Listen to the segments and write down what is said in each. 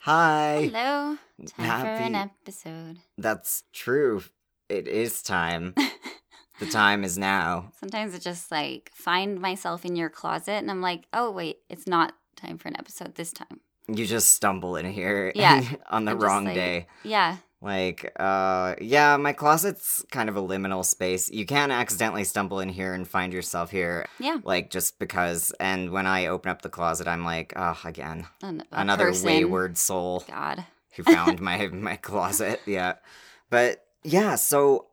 Hi. Hello. Time for an Happy- episode. That's true. It is time. the time is now. Sometimes I just like find myself in your closet and I'm like, oh, wait, it's not time for an episode this time. You just stumble in here Yeah, on the I'm just wrong like- day. Yeah. Like, uh, yeah, my closet's kind of a liminal space. You can accidentally stumble in here and find yourself here, Yeah. like, just because. And when I open up the closet, I'm like, ah, again, An- a another person. wayward soul. God. who found my my closet. Yeah. But yeah, so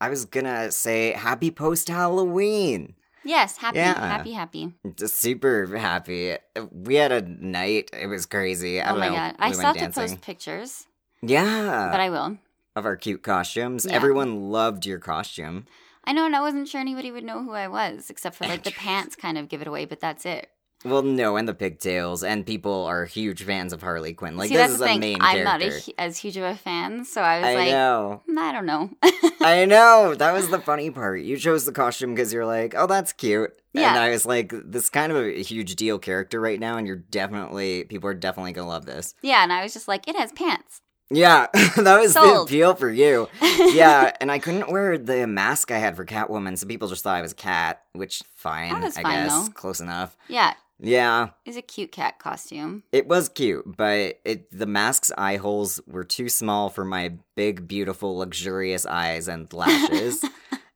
I was gonna say happy post Halloween. Yes. Happy, Yeah. happy, happy. Just super happy. We had a night. It was crazy. I oh don't my know. God. We I went still have to dancing. Uh, post pictures, Yeah. but I will. of our cute costumes. Yeah. Everyone loved your costume. I know, and I wasn't sure anybody would know who I was, except for like the Andrews. pants kind of give it away, but that's it. Well, no, and the pigtails, and people are huge fans of Harley Quinn. Like See, this that's is the a thing. main I'm not character. a, hu- as huge of a fan, so I was I like, know. "Mm, I don't know. I know. That was the funny part. You chose the costume because you're like, oh, that's cute. And Yeah. I was like, this is kind of a huge deal character right now, and you're definitely, people are definitely going to love this. yeah, and I was just like, it has pants. Yeah, that was the Sold. appeal for you. Yeah, and I couldn't wear the mask I had for Catwoman, so people just thought I was a cat, which fine, was I fine, guess. though. Close enough. yeah, Yeah, is a cute cat costume. it was cute, but it the mask's eye holes were too small for my big, beautiful, luxurious eyes and lashes.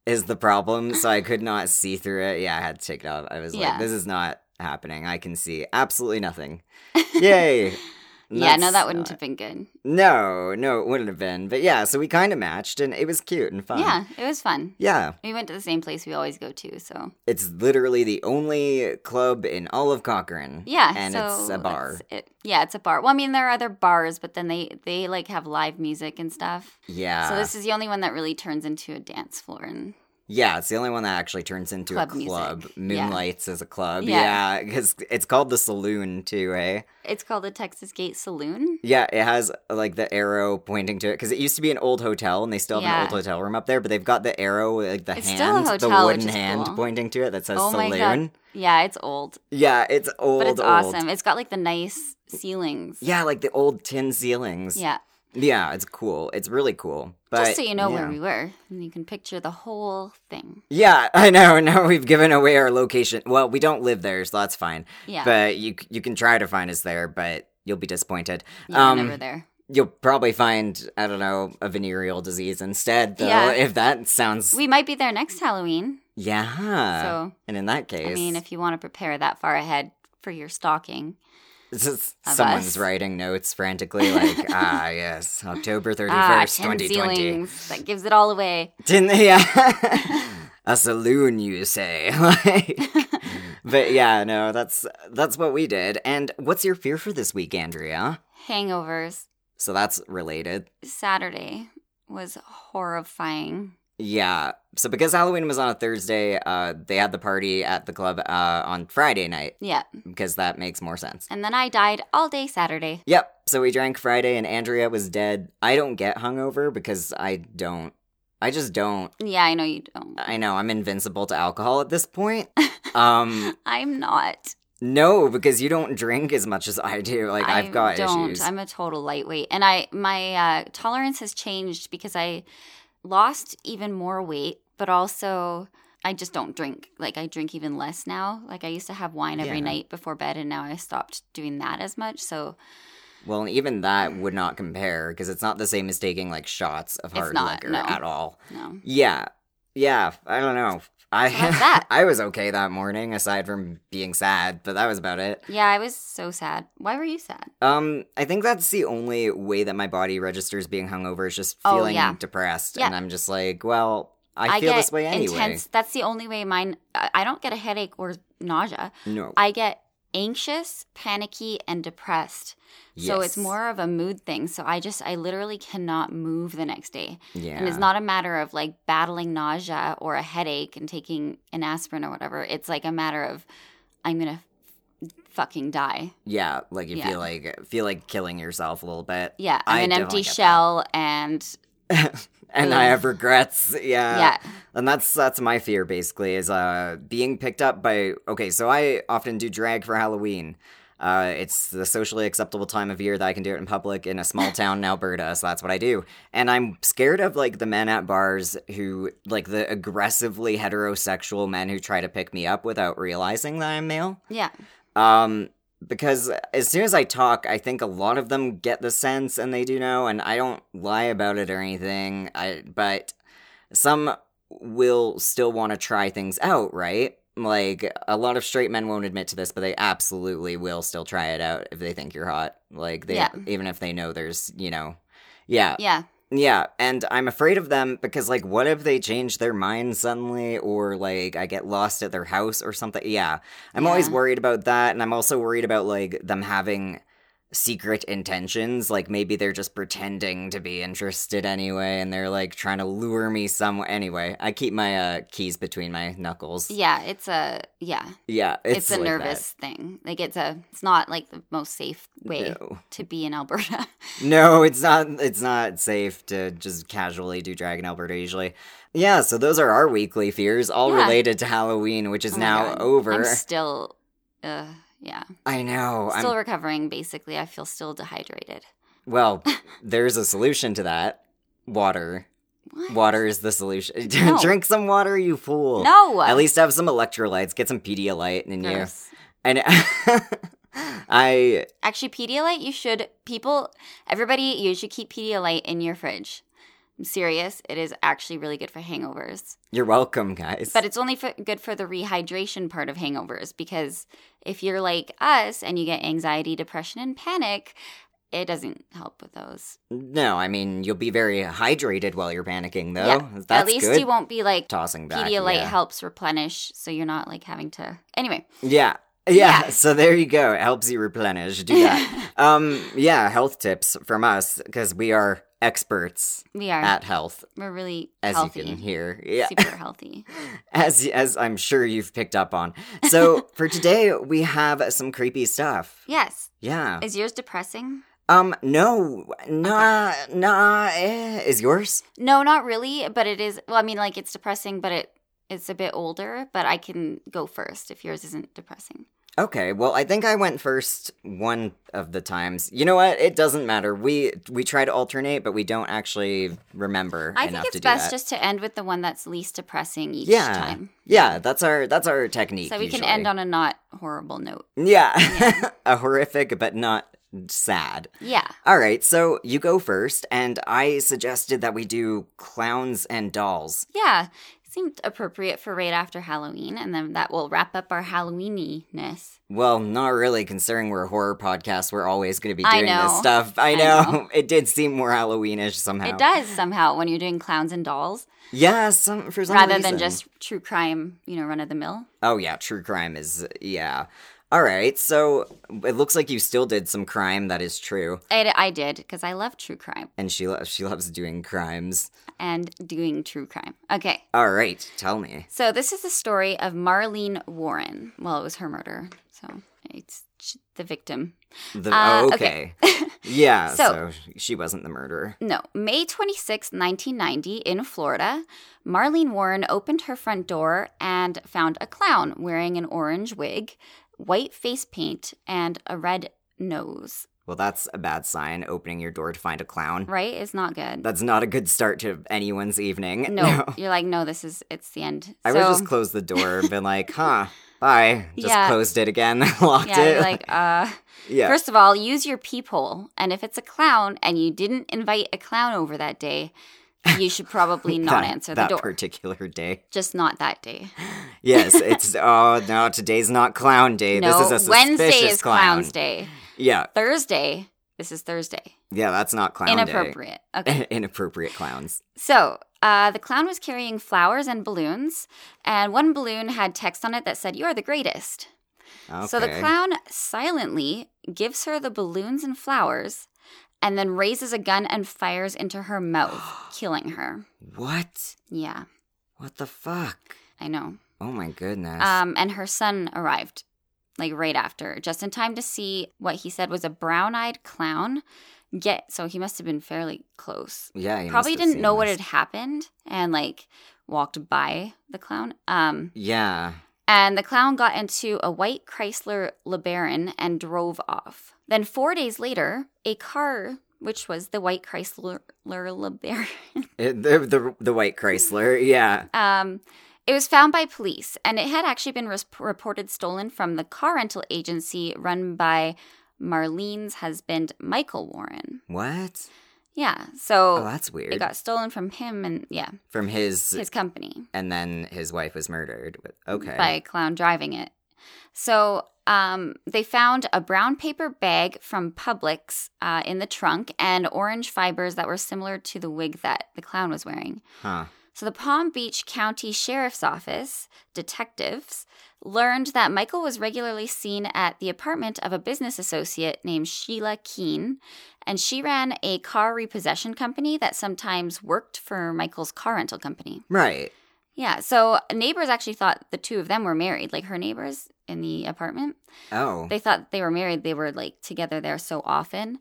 is the problem, so I could not see through it. Yeah, I had to take it off. I was Yeah. like, "This is not happening. I can see absolutely nothing." Yay! yeah, no, That's that wouldn't not- have been good. No, no, it wouldn't have been. But yeah, so we kind of matched, and it was cute and fun. Yeah, it was fun. Yeah, We went to the same place we always go to, so it's literally the only club in all of Cochrane. yeah. and so it's a bar. It, yeah, it's a bar. Well, I mean, there are other bars, but then they they like have live music and stuff. Yeah, so this is the only one that really turns into a dance floor and Yeah, it's the only one that actually turns into Club a music. club. Yeah. Moonlights as a club. Yeah. Yeah, because it's called the Saloon too, eh? it's called the Texas Gate Saloon. Yeah, it has like the arrow pointing to it because it used to be an old hotel and they still have Yeah. an old hotel room up there, but they've got the arrow, like the It's hand, still a the hotel, which wooden is hand cool. pointing to it that says Oh my Saloon. God. Yeah, it's old, Yeah, it's old. but it's old. awesome. It's got like the nice ceilings. Yeah, like the old tin ceilings. Yeah. Yeah, it's cool. It's really cool. But Just so you know yeah. where we were, and you can picture the whole thing. Yeah, I know. Now we've given away our location. Well, we don't live there, so that's fine. Yeah, but you you can try to find us there, but you'll be disappointed. yeah, um, never there. You'll probably find I don't know a venereal disease instead, though. Yeah. If that sounds We might be there next Halloween. yeah, so, and in that case, I mean, if you want to prepare that far ahead for your stalking, it's just of someone's us. writing notes frantically, like ah yes, October thirty ah, first, 10 twenty twenty. ceilings. That gives it all away. Didn't yeah. A saloon, you say? Like, but yeah, no, that's that's what we did. And what's your fear for this week, Andrea? Hangovers. So that's related. Saturday was horrifying. Yeah. So because Halloween was on a Thursday, uh, they had the party at the club uh, on Friday night Yeah. because that makes more sense. And then I died all day Saturday. Yep. So we drank Friday and Andrea was dead. I don't get hungover because I don't. I just don't. Yeah, I know you don't. I know I'm invincible to alcohol at this point. Um, I'm not. no, because you don't drink as much as I do. Like I I've got don't. issues. I'm a total lightweight, and I my uh, tolerance has changed because I lost even more weight, but also I just don't drink. Like I drink even less now. Like I used to have wine every Yeah. night before bed, and now I stopped doing that as much. So Well, and even that would not compare because it's not the same as taking like shots of It's hard not, liquor no. at all. no, Yeah. Yeah. I don't know. I So that's that. I was okay that morning aside from being sad, but that was about it. yeah, I was so sad. Why were you sad? Um I think that's the only way that my body registers being hungover is just Oh, feeling yeah. depressed Yeah. and I'm just like, well, I, feel get this way anyway. Intense. That's the only way mine. I I don't get a headache or nausea. No. I get anxious, panicky, and depressed. So it's Yes. more of a mood thing. So I just, I literally cannot move the next day. yeah. And it's not a matter of like battling nausea or a headache and taking an aspirin or whatever. It's like a matter of, I'm going to fucking die. yeah, like you Yeah. feel like feel like killing yourself a little bit. Yeah. I'm I an definitely empty get that. shell. And and I Ugh. have regrets. Yeah. yeah. And that's that's my fear basically is uh being picked up by okay, so I often do drag for Halloween. Uh, it's the socially acceptable time of year that I can do it in public in a small town in Alberta, so that's what I do. And I'm scared of like the men at bars who, like the aggressively heterosexual men who try to pick me up without realizing that I'm male. Yeah. Um, because as soon as I talk, I think a lot of them get the sense and they do know, and I don't lie about it or anything. I but some will still want to try things out, right? Like a lot of straight men won't admit to this, but they absolutely will still try it out if they think you're hot. Like they Yeah. even if they know there's, you know. Yeah. Yeah. Yeah, and I'm afraid of them because like what if they change their mind suddenly or like I get lost at their house or something? Yeah. I'm always Yeah. worried about that and I'm also worried about like them having secret intentions, like maybe they're just pretending to be interested anyway and they're like trying to lure me somewhere anyway. I keep my uh keys between my knuckles. Yeah. It's a, yeah. Yeah, it's, It's, a like that. nervous thing. Like it's a, it's not like the most safe way No. to be in Alberta. No, it's not. It's not safe to just casually do Dragon Alberta usually. Yeah, so those are our weekly fears, all Yeah. related to Halloween, which is Oh my now God. over. I'm still, uh, yeah. I know. still I'm recovering, basically. I feel still dehydrated. well. there's a solution to that. Water. What? Water is the solution. No. Drink some water, you fool. No. At least have some electrolytes. Get some Pedialyte in you. Gross. And I Actually, Pedialyte, you should, people, everybody, you should keep Pedialyte in your fridge. I'm serious. It is actually really good for hangovers. you're welcome, guys. But it's only for, good for the rehydration part of hangovers because if you're like us and you get anxiety, depression, and panic, it doesn't help with those. no, I mean you'll be very hydrated while you're panicking though. Yeah. That's At least good. you won't be like tossing back. Pedialyte yeah. helps replenish, so you're not like having to. Anyway, Yeah. Yeah, Yeah. so there you go. It helps you replenish. Do that. um, yeah, health tips from us because we are experts we are at health, we're really as healthy, you can hear. Yeah, super healthy. as as I'm sure you've picked up on. So for today, we have some creepy stuff. Yes, Yeah. is yours depressing? Um. No. Nah. Nah. Eh, is yours? No, not really, but it is. Well, I mean, like it's depressing, but it it's a bit older. But I can go first if yours isn't depressing. Okay, well, I think I went first one of the times. You know what? It doesn't matter. We we try to alternate, but we don't actually remember I enough think to it's do best that. just to end with the one that's least depressing each yeah, time, yeah. That's our that's our technique. so we usually. can end on a not horrible note. yeah, a horrific but not sad. Yeah. All right, so you go first, and I suggested that we do clowns and dolls. Yeah, seemed appropriate for right after Halloween, and then that will wrap up our Halloweeniness. Well, not really, considering we're a horror podcast. We're always going to be I doing this know. stuff. I I know. know. it did seem more Halloweenish somehow. It does somehow when you're doing clowns and dolls, Yeah, some for some rather reason. than just true crime, you know, run of the mill. Oh yeah, true crime is yeah. All right, so it looks like you still did some crime that is true, I, I did because I love true crime and she lo- she loves doing crimes. and doing true crime. Okay, All right, tell me. So this is the story of Marlene Warren. Well, it was her murder, so it's sh- the victim. The, Uh, oh, okay. yeah, so, So- she wasn't the murderer. No, May 26, 1990, in Florida, Marlene Warren opened her front door and found a clown wearing an orange wig, white face paint, and a red nose. Well, that's a bad sign. Opening your door to find a clown. Right? It's not good. That's not a good start to anyone's evening. No, you're like, no, this is it's the end. I would So- have just closed the door and been like, "Huh, bye." Just Yeah. closed it again, locked yeah, it. you're like, uh. yeah. First of all, use your peephole. And if it's a clown and you didn't invite a clown over that day, you should probably not That- answer the that door. particular day. Just not that day. Yes, it's oh no, today's not clown day. no, this is a suspicious Wednesday is clown. Clowns Day. Yeah, Thursday, this is Thursday. yeah, that's not clown Inappropriate. Okay. day. Inappropriate clowns. So, uh, the clown was carrying flowers and balloons, and one balloon had text on it that said, You are the greatest. Okay. So the clown silently gives her the balloons and flowers and then raises a gun and fires into her mouth, killing her. What? Yeah, What the fuck? I know. Oh my goodness. Um, and her son arrived like right after, just in time to see what he said was a brown eyed clown. Get so he must have been fairly close. yeah, you Probably must have didn't seen know what this. had happened and like walked by the clown. Um, Yeah, And the clown got into a white Chrysler LeBaron and drove off. Then, four days later, a car, which was the white Chrysler LeBaron, It, the, the the white Chrysler, yeah. um, it was found by police, and it had actually been res- reported stolen from the car rental agency run by Marlene's husband, Michael Warren. What? Yeah, Oh, so that's weird. it got stolen from him and, yeah, From his, his company. and then his wife was murdered. But- Okay. by a clown driving it. So um, they found a brown paper bag from Publix uh, in the trunk and orange fibers that were similar to the wig that the clown was wearing. Huh. So the Palm Beach County Sheriff's Office detectives learned that Michael was regularly seen at the apartment of a business associate named Sheila Keene, and she ran a car repossession company that sometimes worked for Michael's car rental company. Right. Yeah. So neighbors actually thought the two of them were married, like her neighbors in the apartment. Oh. They thought they were married. They were like together there so often.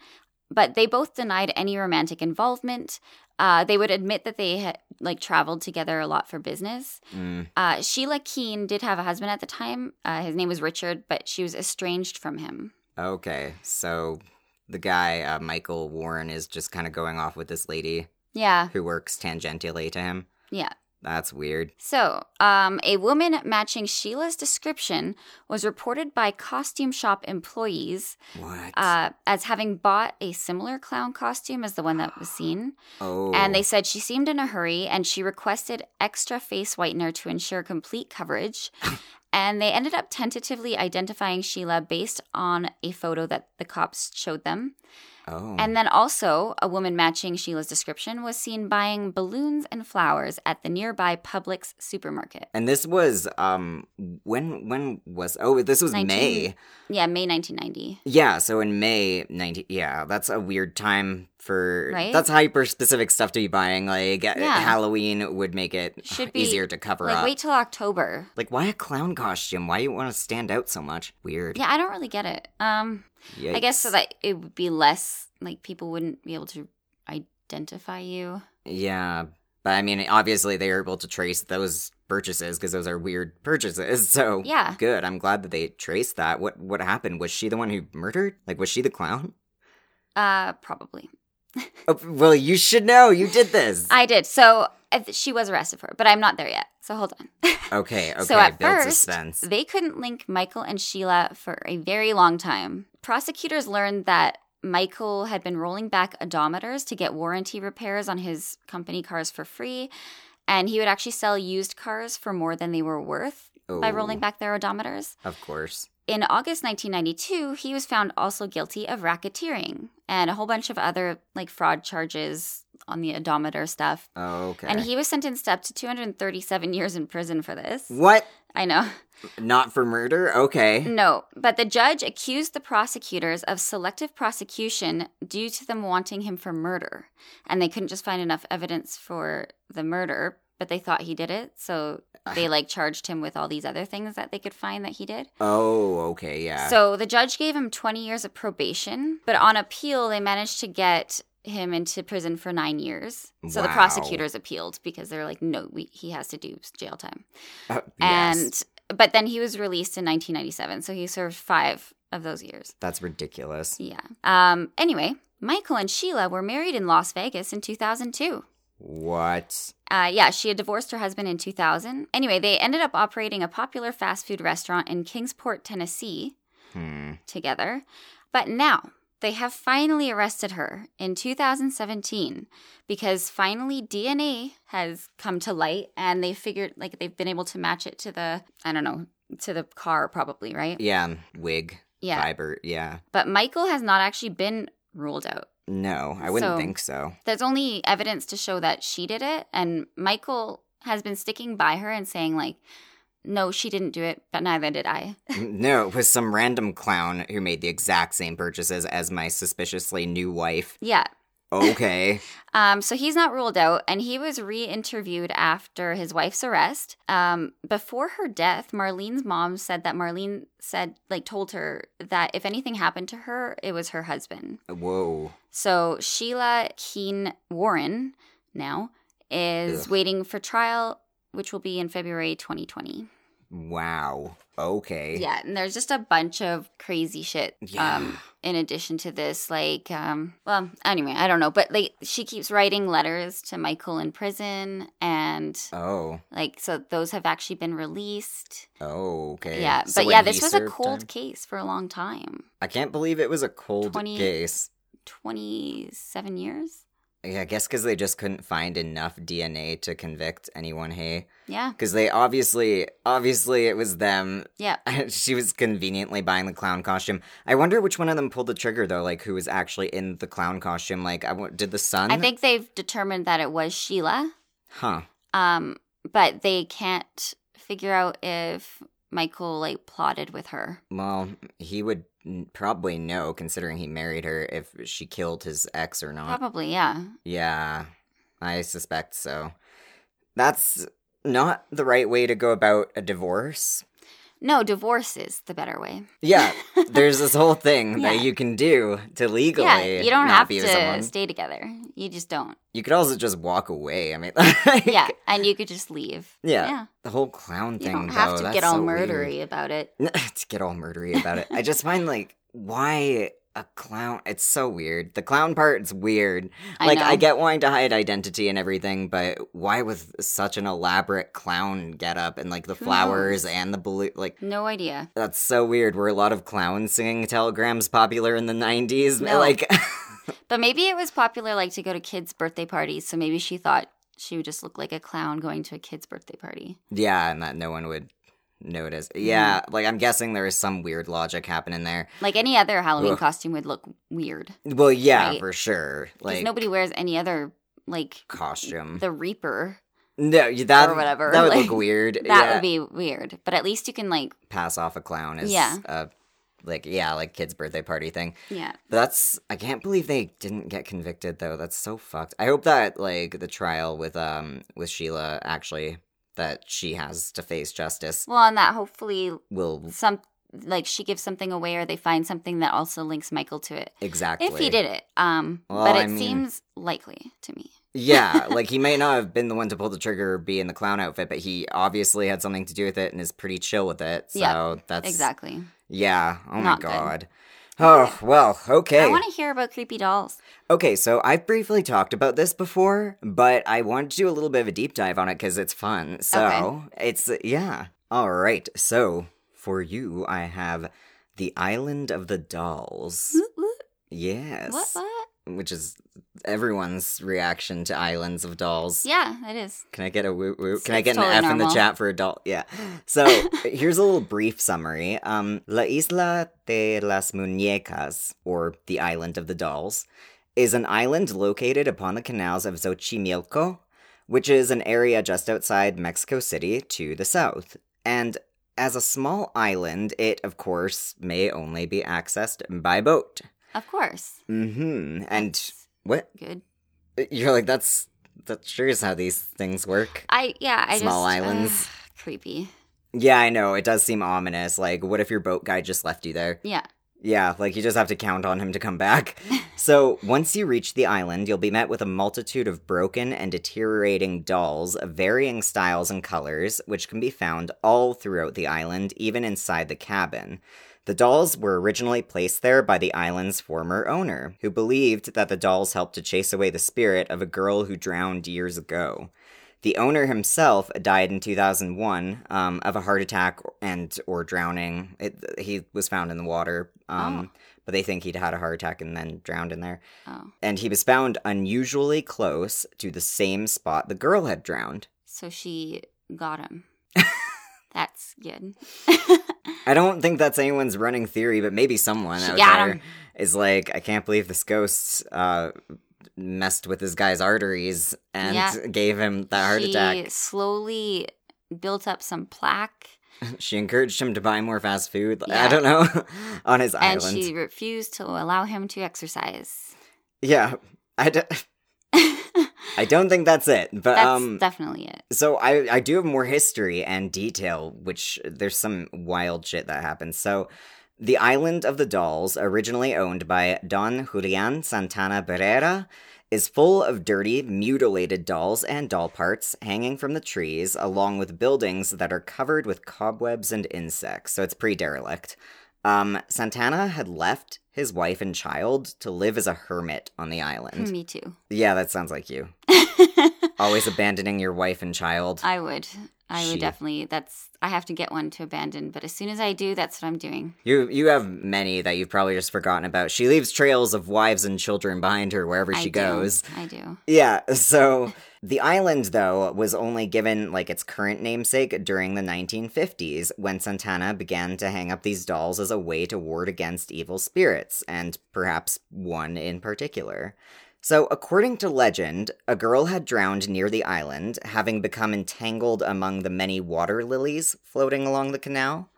But they both denied any romantic involvement. Uh, they would admit that they had like traveled together a lot for business. Mm. Uh, Sheila Keene did have a husband at the time. Uh, his name was Richard, but she was estranged from him. Okay. So the guy uh, Michael Warren is just kind of going off with this lady Yeah. who works tangentially to him. Yeah. That's weird. So, um, a woman matching Sheila's description was reported by costume shop employees What? uh, as having bought a similar clown costume as the one that was seen. oh. And they said she seemed in a hurry and she requested extra face whitener to ensure complete coverage. and they ended up tentatively identifying Sheila based on a photo that the cops showed them. Oh. And then also, a woman matching Sheila's description was seen buying balloons and flowers at the nearby Publix supermarket. And this was um when when was oh this was 19. May Yeah, May 1990. yeah so in May nineteen yeah that's a weird time for Right? that's hyper specific stuff to be buying like uh, Yeah. Halloween would make it Should be, easier to cover Like, up wait till October. like why a clown costume why you want to stand out so much weird Yeah, I don't really get it. Um, I guess so Yikes. that it would be less like people wouldn't be able to identify you. yeah but I mean obviously they were able to trace those purchases because those are weird purchases so Yeah. good I'm glad that they traced that what what happened was she the one who murdered like was she the clown Uh probably. Oh, well, you should know. You did this. I did. So I th- she was arrested for it, but I'm not there yet. So hold on. okay, okay. so at build first, suspense. they couldn't link Michael and Sheila for a very long time. Prosecutors learned that Michael had been rolling back odometers to get warranty repairs on his company cars for free, and he would actually sell used cars for more than they were worth by Oh, rolling back their odometers. Of course. In August 1992, he was found also guilty of racketeering and a whole bunch of other like fraud charges on the odometer stuff. Oh, okay. And he was sentenced up to 237 years in prison for this. what? I know. Not for murder? Okay. No, but the judge accused the prosecutors of selective prosecution due to them wanting him for murder. And they couldn't just find enough evidence for the murder, but they thought he did it. So they like charged him with all these other things that they could find that he did. Oh, okay. Yeah. So the judge gave him 20 years of probation, but on appeal, they managed to get him into prison for nine years. So the Wow. prosecutors appealed because they're like, no, we, he has to do jail time. Uh, yes. And but then he was released in 1997, so he served five of those years. that's ridiculous. Yeah. Um. Anyway, Michael and Sheila were married in Las Vegas in 2002. What? Uh, yeah, she had divorced her husband in 2000. Anyway, they ended up operating a popular fast food restaurant in Kingsport, Tennessee, Hmm. together. But now they have finally arrested her in 2017 because finally DNA has come to light and they figured like they've been able to match it to the I don't know to the car probably, right? Yeah. Wig. Yeah. Fiber. Yeah. But Michael has not actually been ruled out. No, I wouldn't So- think so. There's only evidence to show that she did it and Michael has been sticking by her and saying like no, she didn't do it, but neither did I. no, it was some random clown who made the exact same purchases as my suspiciously new wife. yeah. Okay. Um, so he's not ruled out, and he was re interviewed after his wife's arrest. Um, before her death, Marlene's mom said that Marlene said, like, told her that if anything happened to her, it was her husband. Whoa. So Sheila Keen Warren now is Ugh. waiting for trial, which will be in February 2020. Wow. Okay. Yeah, and there's just a bunch of crazy shit. Yeah. Um, in addition to this, like, um, well, anyway, I don't know, but like, she keeps writing letters to Michael in prison, and Oh. like, so those have actually been released. Oh, okay. Yeah, So but when yeah, he this was a served cold time- case for a long time. I can't believe it was a cold 20 case. Twenty-seven years. Yeah, I guess because they just couldn't find enough DNA to convict anyone. Hey, Yeah, because they obviously, obviously, it was them. yeah. she was conveniently buying the clown costume. I wonder which one of them pulled the trigger though. Like, who was actually in the clown costume? Like, I w- did the son? I think they've determined that it was Sheila, Huh. um, but they can't figure out if Michael like plotted with her. Well, he would n- probably know, considering he married her, if she killed his ex or not. Probably, yeah. Yeah, I suspect so. That's not the right way to go about a divorce. No, divorce is the better way. Yeah, there's this whole thing Yeah. that you can do to legally yeah, you don't not have be to with someone. stay together. You just don't. You could also just walk away. I mean, like, Yeah, and you could just leave. yeah, Yeah, The whole clown you thing. don't have though, to that's get all so weird. murdery about it. to get all murdery about it. I just find like why a clown? It's so weird. The clown part is weird. I like know. I get wanting to hide identity and everything, but why with such an elaborate clown getup and like the Who flowers knows? and the blue? Like No idea. that's so weird. Were a lot of clown singing telegrams popular in the nineties? No. Like But maybe it was popular like to go to kids' birthday parties, so maybe she thought she would just look like a clown going to a kid's birthday party. yeah, and that no one would notice. Mm-hmm. Yeah, like I'm guessing there is some weird logic happening there. Like any other Halloween Ugh. costume would look weird. Well, yeah, Right. for sure. Because Like nobody wears any other like costume. the Reaper. No, you- that or whatever, That would like, look weird. That yeah. would be weird. But at least you can like pass off a clown as Yeah. a like yeah, like kids' birthday party thing. yeah. But that's I can't believe they didn't get convicted though. That's so fucked. I hope that like the trial with um with Sheila actually that she has to face justice Well, and that hopefully will some like she gives something away or they find something that also links Michael to it. exactly If he did it. Um Well, but I it mean- seems likely to me. Yeah, like he might not have been the one to pull the trigger or be in the clown outfit, but he obviously had something to do with it and is pretty chill with it. So Yeah, that's exactly. Yeah. Oh my Not good. god. Oh, well, okay. I want to hear about creepy dolls. Okay, so I've briefly talked about this before, but I wanted to do a little bit of a deep dive on it because it's fun. So it's, yeah. All right, so for you, I have The Island of the Dolls. What Yes. what? Which is everyone's reaction to Islands of Dolls. Yeah, it is. Can I get a woo woo? It's- Can I it's get an totally F in the normal. chat for adult? Yeah. So here's a little brief summary. Um, La Isla de las Muñecas, or the Island of the Dolls, is an island located upon the canals of Xochimilco, which is an area just outside Mexico City to the south. And as a small island, it, of course, may only be accessed by boat. Of course. Mm-hmm. And That's what? good. You're like, that's... That sure is how these things work. I yeah, I Small just islands. ugh, creepy. Yeah, I know. It does seem ominous. Like, what if your boat guy just left you there? Yeah. Yeah, like you just have to count on him to come back. so, once you reach the island, you'll be met with a multitude of broken and deteriorating dolls of varying styles and colors, which can be found all throughout the island, even inside the cabin. The dolls were originally placed there by the island's former owner, who believed that the dolls helped to chase away the spirit of a girl who drowned years ago. The owner himself died in 2001 um, of a heart attack and or drowning. It, he was found in the water, um, but they think he'd had a heart attack and then drowned in there. Oh. And he was found unusually close to the same spot the girl had drowned. So she got him. That's good. I don't think that's anyone's running theory, but maybe someone She out got there him. is like, I can't believe this ghost uh, messed with this guy's arteries and Yeah. gave him that heart she attack. slowly built up some plaque She encouraged him to buy more fast food. I Yeah. don't know. on his and island. she refused to allow him to exercise. Yeah. I, d- That's I don't think that's it. But um definitely it. so I I do have more history and detail which there's some wild shit that happens. So The Island of the Dolls, originally owned by Don Julian Santana Barrera, is full of dirty, mutilated dolls and doll parts hanging from the trees, along with buildings that are covered with cobwebs and insects, so it's pretty derelict. Um, Santana had left his wife and child to live as a hermit on the island. Me too. Yeah, that sounds like you. Always abandoning your wife and child. I would. I She- would definitely. That's. I have to get one to abandon, but as soon as I do, that's what I'm doing. You you have many that you've probably just forgotten about. She leaves trails of wives and children behind her wherever I she do. goes. I do. Yeah, so the island though was only given like its current namesake during the 1950s when Santana began to hang up these dolls as a way to ward against evil spirits and perhaps one in particular. So, according to legend, a girl had drowned near the island, having become entangled among the many water lilies floating along the canal.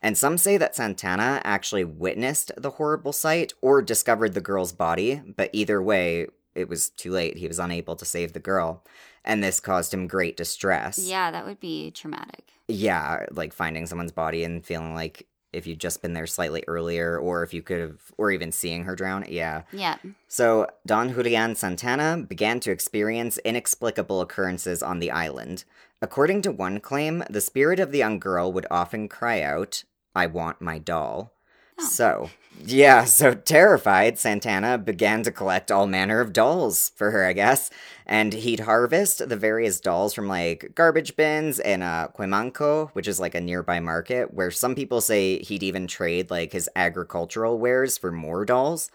And some say that Santana actually witnessed the horrible sight or discovered the girl's body, but either way, it was too late. He was unable to save the girl, and this caused him great distress. Yeah, that would be traumatic. Yeah, like finding someone's body and feeling like if you'd just been there slightly earlier, or if you could have, or even seeing her drown. Yeah. Yeah. So, Don Julian Santana began to experience inexplicable occurrences on the island. According to one claim, the spirit of the young girl would often cry out, I want my doll. Oh. So, yeah, so terrified, Santana began to collect all manner of dolls for her, I guess. And he'd harvest the various dolls from like garbage bins in uh, Cuemanco, which is like a nearby market, where some people say he'd even trade like his agricultural wares for more dolls.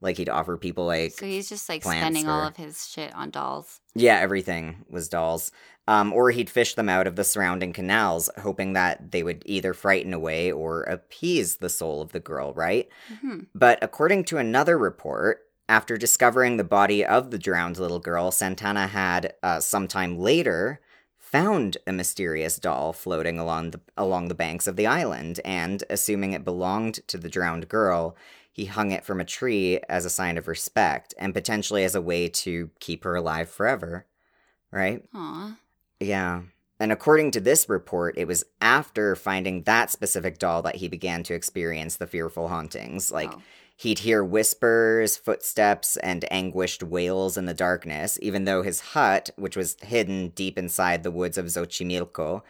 Like he'd offer people like So he's just like plants spending all or- of his shit on dolls. yeah, everything was dolls. Um, or he'd fish them out of the surrounding canals, hoping that they would either frighten away or appease the soul of the girl, right? hmm But according to another report, after discovering the body of the drowned little girl, Santana had, uh, sometime later, found a mysterious doll floating along the along the banks of the island, and assuming it belonged to the drowned girl, he hung it from a tree as a sign of respect and potentially as a way to keep her alive forever. Right? Aw. Yeah. And according to this report, it was after finding that specific doll that he began to experience the fearful hauntings. Like Oh. he'd hear whispers, footsteps, and anguished wails in the darkness, even though his hut, which was hidden deep inside the woods of Xochimilco,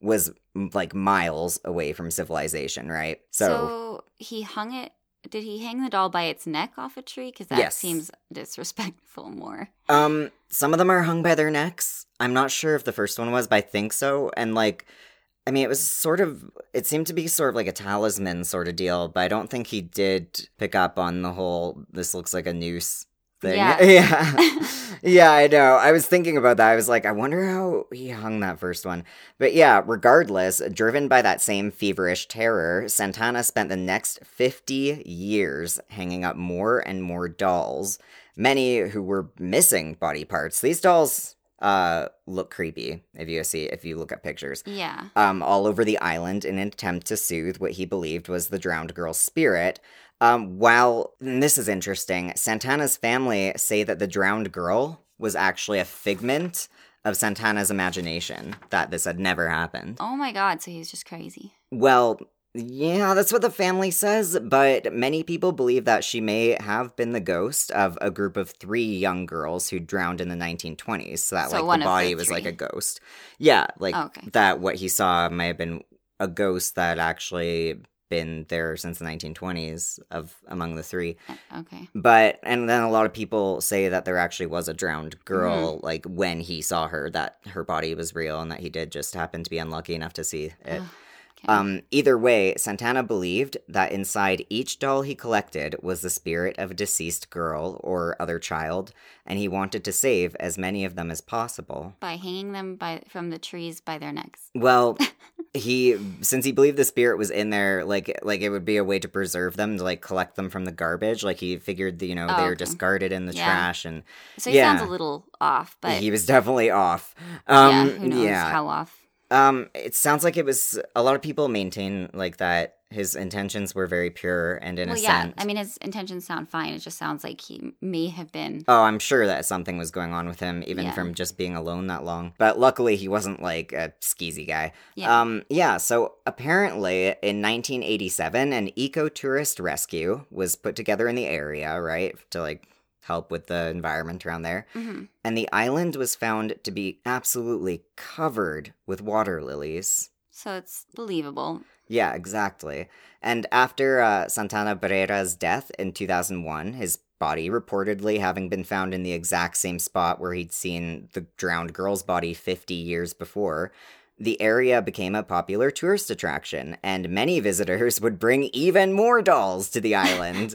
was m- like miles away from civilization, right? So, So, he hung it. Did he hang the doll by its neck off a tree? Because that Yes. seems disrespectful more. um some of them are hung by their necks. I'm not sure if the first one was, but I think so. And like I mean, it was sort of, it seemed to be sort of like a talisman sort of deal, but I don't think he did pick up on the whole, this looks like a noose thing. Yeah. yeah. Yeah, I know. I was thinking about that. I was like, I wonder how he hung that first one. But yeah, regardless, driven by that same feverish terror, Santana spent the next 50 years hanging up more and more dolls, many who were missing body parts. These dolls uh look creepy if you see if you look at pictures Yeah. um, all over the island in an attempt to soothe what he believed was the drowned girl's spirit. Um, while, and this is interesting, Santana's family say that the drowned girl was actually a figment of Santana's imagination, that this had never happened. Oh my God. So he's just crazy. Well, yeah, that's what the family says, but many people believe that she may have been the ghost of a group of three young girls who drowned in the 1920s. So that, So like, one the of the body was like a three. Oh, ghost. Yeah, like Okay. that what he saw may have been a ghost that actually been there since the 1920s of among the three Uh, Okay. but and then a lot of people say that there actually was a Mm-hmm. drowned girl like when he saw her that her body was real and that he did just happen to be unlucky enough to see it Ugh, okay. um, either way, Santana believed that inside each doll he collected was the spirit of a deceased girl or other child, and he wanted to save as many of them as possible. by hanging them by from the trees by their necks. Well, he since he believed the spirit was in there, like like it would be a way to preserve them, to like collect them from the garbage. Like he figured, that, you know, Oh, they were okay. discarded in the Yeah. trash, and So he sounds Yeah. a little off, but he was definitely off. yeah, Um, who knows yeah. how off. Um, it sounds like it was a lot of people maintain like that. His intentions were very pure and innocent. Well, yeah. I mean, his intentions sound fine. It just sounds like he may have been. Oh, I'm sure that something was going on with him, even Yeah. from just being alone that long. But luckily, he wasn't like a skeezy guy. Yeah. Um, yeah. So apparently, in 1987, an ecotourist rescue was put together in the area, right, to like help with the environment around there. Mhm. And the island was found to be absolutely covered with water lilies. So it's believable. Yeah, exactly. And after uh, Santana Barrera's death in 2001, his body reportedly having been found in the exact same spot where he'd seen the drowned girl's body 50 years before, the area became a popular tourist attraction, and many visitors would bring even more dolls to the island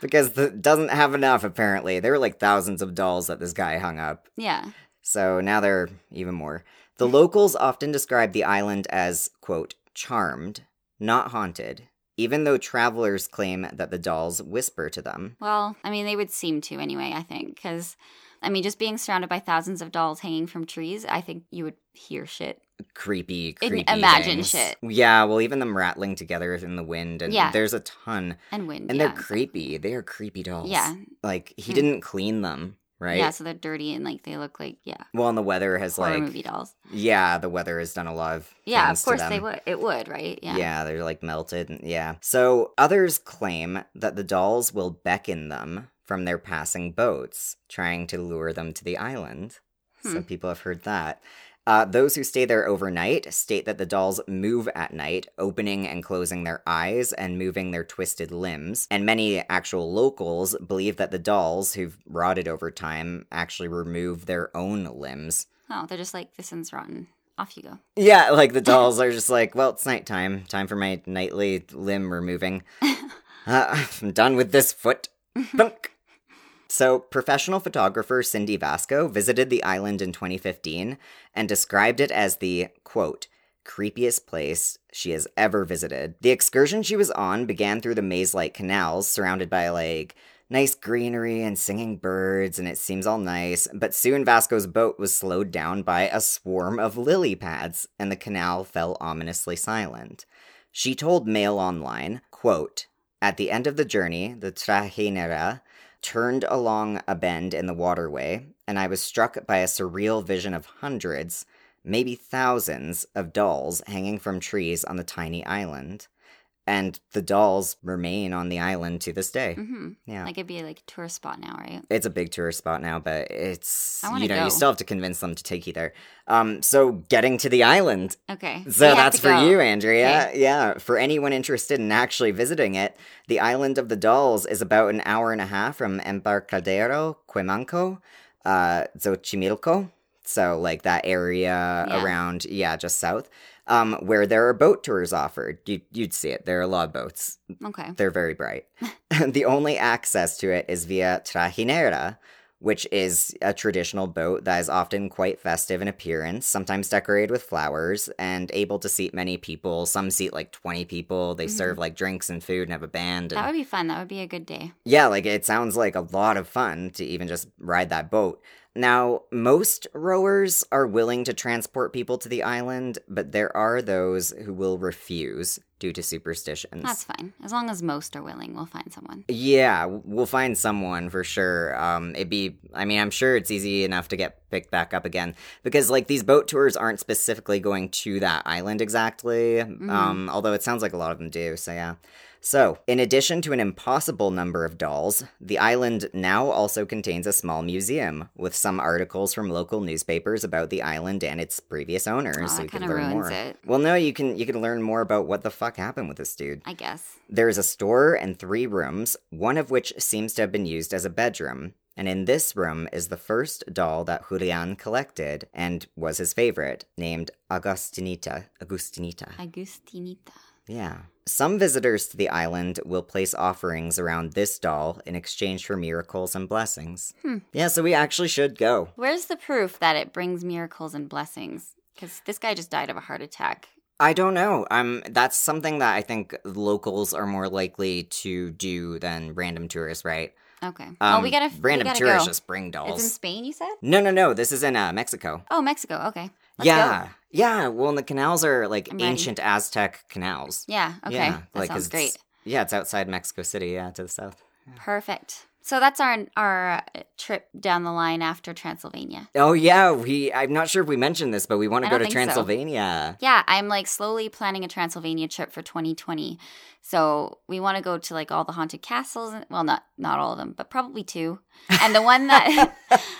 because the doesn't have enough, apparently. There were like thousands of dolls that this guy hung up. Yeah. So now there are even more. The locals often describe the island as, quote, charmed, not haunted, even though travelers claim that the dolls whisper to them. Well, I mean, they would seem to anyway, I think, because, I mean, just being surrounded by thousands of dolls hanging from trees, I think you would hear shit. Creepy, In- creepy. imagine things. shit. Yeah, well, even them rattling together in the wind, and Yeah. there's a ton. And wind. And yeah. they're creepy. They are creepy dolls. Yeah. Like, he Mm. didn't clean them, right? Yeah, so they're dirty and, like, they look like, yeah, Well, and the weather has, horror like, movie dolls. yeah, the weather has done a lot of Yeah, things of to course they them. would. It would, right? Yeah. they're like melted. and- Yeah. So others claim that the dolls will beckon them from their passing boats, trying to lure them to the island. So Hmm. people have heard that. Uh, those who stay there overnight state that the dolls move at night, opening and closing their eyes and moving their twisted limbs. And many actual locals believe that the dolls, who've rotted over time, actually remove their own limbs. Oh, they're just like, this one's rotten. Off you go. Yeah, like the dolls are just like, well, it's nighttime. Time for my nightly limb removing. Uh, I'm done with this foot. Thunk. So, professional photographer Cindy Vasco visited the island in 2015 and described it as the quote, creepiest place she has ever visited. The excursion she was on began through the maze like canals surrounded by like nice greenery and singing birds, and it seems all nice. But soon Vasco's boat was slowed down by a swarm of lily pads, and the canal fell ominously silent. She told Mail Online, quote, at the end of the journey, the Trajinera turned along a bend in the waterway, and I was struck by a surreal vision of hundreds, maybe thousands, of dolls hanging from trees on the tiny island. And the dolls remain on the island to this day. hmm Yeah. Like, it'd be like a tourist spot now, right? It's a big tourist spot now, but it's I wanna you know go. you still have to convince them to take you there. Um, so getting to the island, Okay. so We have that's to for go. you, Andrea. Yeah, for anyone interested in actually visiting it, the island of the dolls is about an hour and a half from Embarcadero, Cuemanco, uh, Xochimilco. So like that area Yeah. around, yeah, just south, um, where there are boat tours offered. You, you'd see it. There are a lot of boats. Okay. They're very bright. the only access to it is via trajinera, which is a traditional boat that is often quite festive in appearance, sometimes decorated with flowers, and able to seat many people. Some seat like 20 people. They Mhm. serve like drinks and food and have a band. That And, would be fun. That would be a good day. yeah, like it sounds like a lot of fun to even just ride that boat. Now, most rowers are willing to transport people to the island, but there are those who will refuse due to superstitions. That's fine. As long as most are willing, we'll find someone. Yeah, w- we'll find someone for sure. Um, it'd be, I mean, I'm sure it's easy enough to get picked back up again because, like, these boat tours aren't specifically going to that island exactly. Mm-hmm. Um, although it sounds like a lot of them do. So, yeah. So, in addition to an impossible number of dolls, the island now also contains a small museum with some articles from local newspapers about the island and its previous owners. Oh, so that you can kinda learn ruins more. it. Well, no, you can you can learn more about what the fuck happened with this dude. I guess. There is a store and three rooms, one of which seems to have been used as a bedroom. And in this room is the first doll that Julian collected and was his favorite, named Agustinita. Agustinita. Agustinita. Yeah. Some visitors to the island will place offerings around this doll in exchange for miracles and blessings. Hmm. Yeah, so we actually should go. Where's the proof that it brings miracles and blessings? Because this guy just died of a heart attack. I don't know. Um, that's something that I think locals are more likely to do than random tourists, right? Okay. Oh, Um, we gotta. random we gotta tourists go. just bring dolls. It's in Spain, you said? No, no, no. This is in uh, Mexico. Oh, Mexico. Okay. Let's yeah. go. Yeah. Well, and the canals are like I'm ready. ancient Aztec canals. Yeah. Okay. Yeah, that like, sounds it's- great. Yeah, it's outside Mexico City, yeah, to the south. Perfect. So that's our our uh, trip down the line after Transylvania. Oh yeah, we I'm not sure if we mentioned this, but we want I to go don't to think so. Transylvania. Yeah, I'm like slowly planning a Transylvania trip for 2020. So we want to go to like all the haunted castles. and- Well, not not all of them, but probably two. And the one that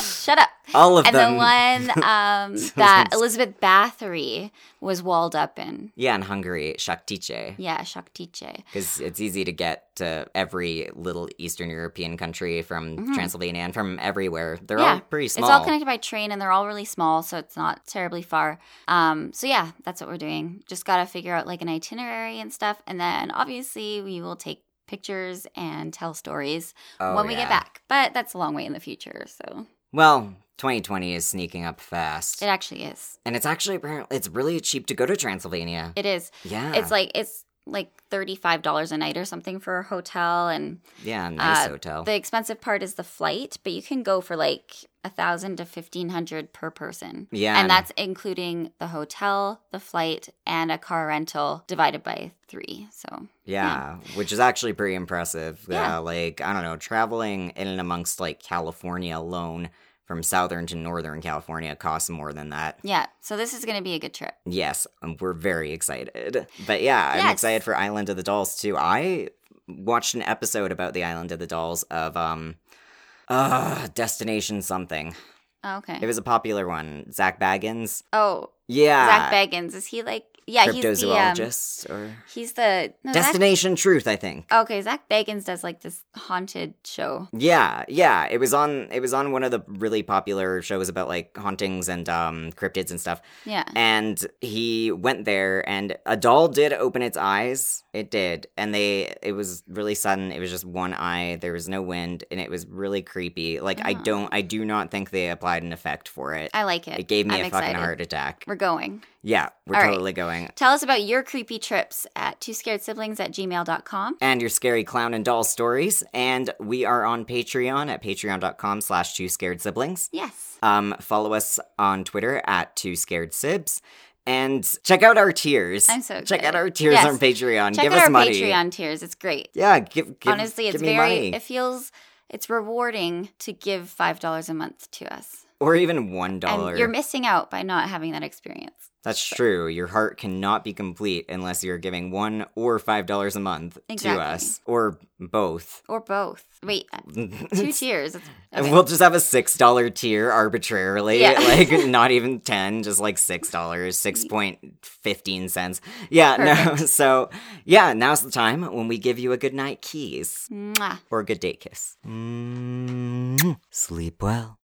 shut up. All of And them. the one um, that Elizabeth Bathory was walled up in. Yeah, in Hungary, Shaktice. Yeah, Shaktice. Because it's easy to get to every little Eastern European country from Mhm. Transylvania and from everywhere. They're Yeah, all pretty small. It's all connected by train and they're all really small, so it's not terribly far. Um, so yeah, that's what we're doing. Just gotta figure out like an itinerary and stuff, and then obviously we will take pictures and tell stories Oh, when we yeah. get back. But that's a long way in the future, so Well, 2020 is sneaking up fast. it actually is. and it's actually apparently it's really cheap to go to Transylvania. It is. yeah. It's like it's like thirty five dollars a night or something for a hotel, and yeah, nice uh, hotel. the expensive part is the flight, but you can go for like a thousand to fifteen hundred per person. yeah. And that's including the hotel, the flight, and a car rental divided by three. So, Yeah, which is actually pretty impressive. Yeah. Yeah. like I don't know, traveling in and amongst like California alone from southern to northern California costs more than that. yeah. So, this is going to be a good trip. Yes, um, we're very excited. But yeah, I'm Yes. excited for Island of the Dolls too. I watched an episode about the Island of the Dolls of um uh Destination something. Oh, okay. It was a popular one. Zach Baggins. oh, Yeah. Zach Baggins. Is he like, yeah, he's the, um, Oh, cryptozoologist or he's the, no, Zach- Destination Truth, I think. okay. Zach Baggins does like this haunted show. Yeah, yeah. It was on it was on one of the really popular shows about like hauntings and um cryptids and stuff. Yeah. And he went there and a doll did open its eyes. It did. And they it was really sudden. It was just one eye. There was no wind and it was really creepy. Like I Oh. don't I do not think they applied an effect for it. I like it. It gave me I'm a excited. fucking heart attack. We're going. Yeah, we're All right. totally going. Tell us about your creepy trips at two scared siblings at gmail.com. and your scary clown and doll stories. And we are on Patreon at patreon.com slash two scared siblings. Yes. Um, follow us on Twitter at Two Scared Sibs, and check out our tiers. I'm so check out excited. our tiers Yes. on Patreon. Check give out us our money. Patreon tiers. It's great. Yeah, give, give honestly it's give me very money. it feels it's rewarding to give five dollars a month to us or even one dollar. and you're missing out by not having that experience That's true. Your heart cannot be complete unless you're giving one or five dollars a month Exactly. to us, or both. or both wait uh, two and tiers it's- okay. we'll just have a six dollar tier arbitrarily, Yeah. like not even ten, just like six dollars, six point fifteen cents. Yeah, no. So yeah, now's the time when we give you a good night kiss Mwah. or a good day kiss. Mwah. Mm-hmm. Sleep well.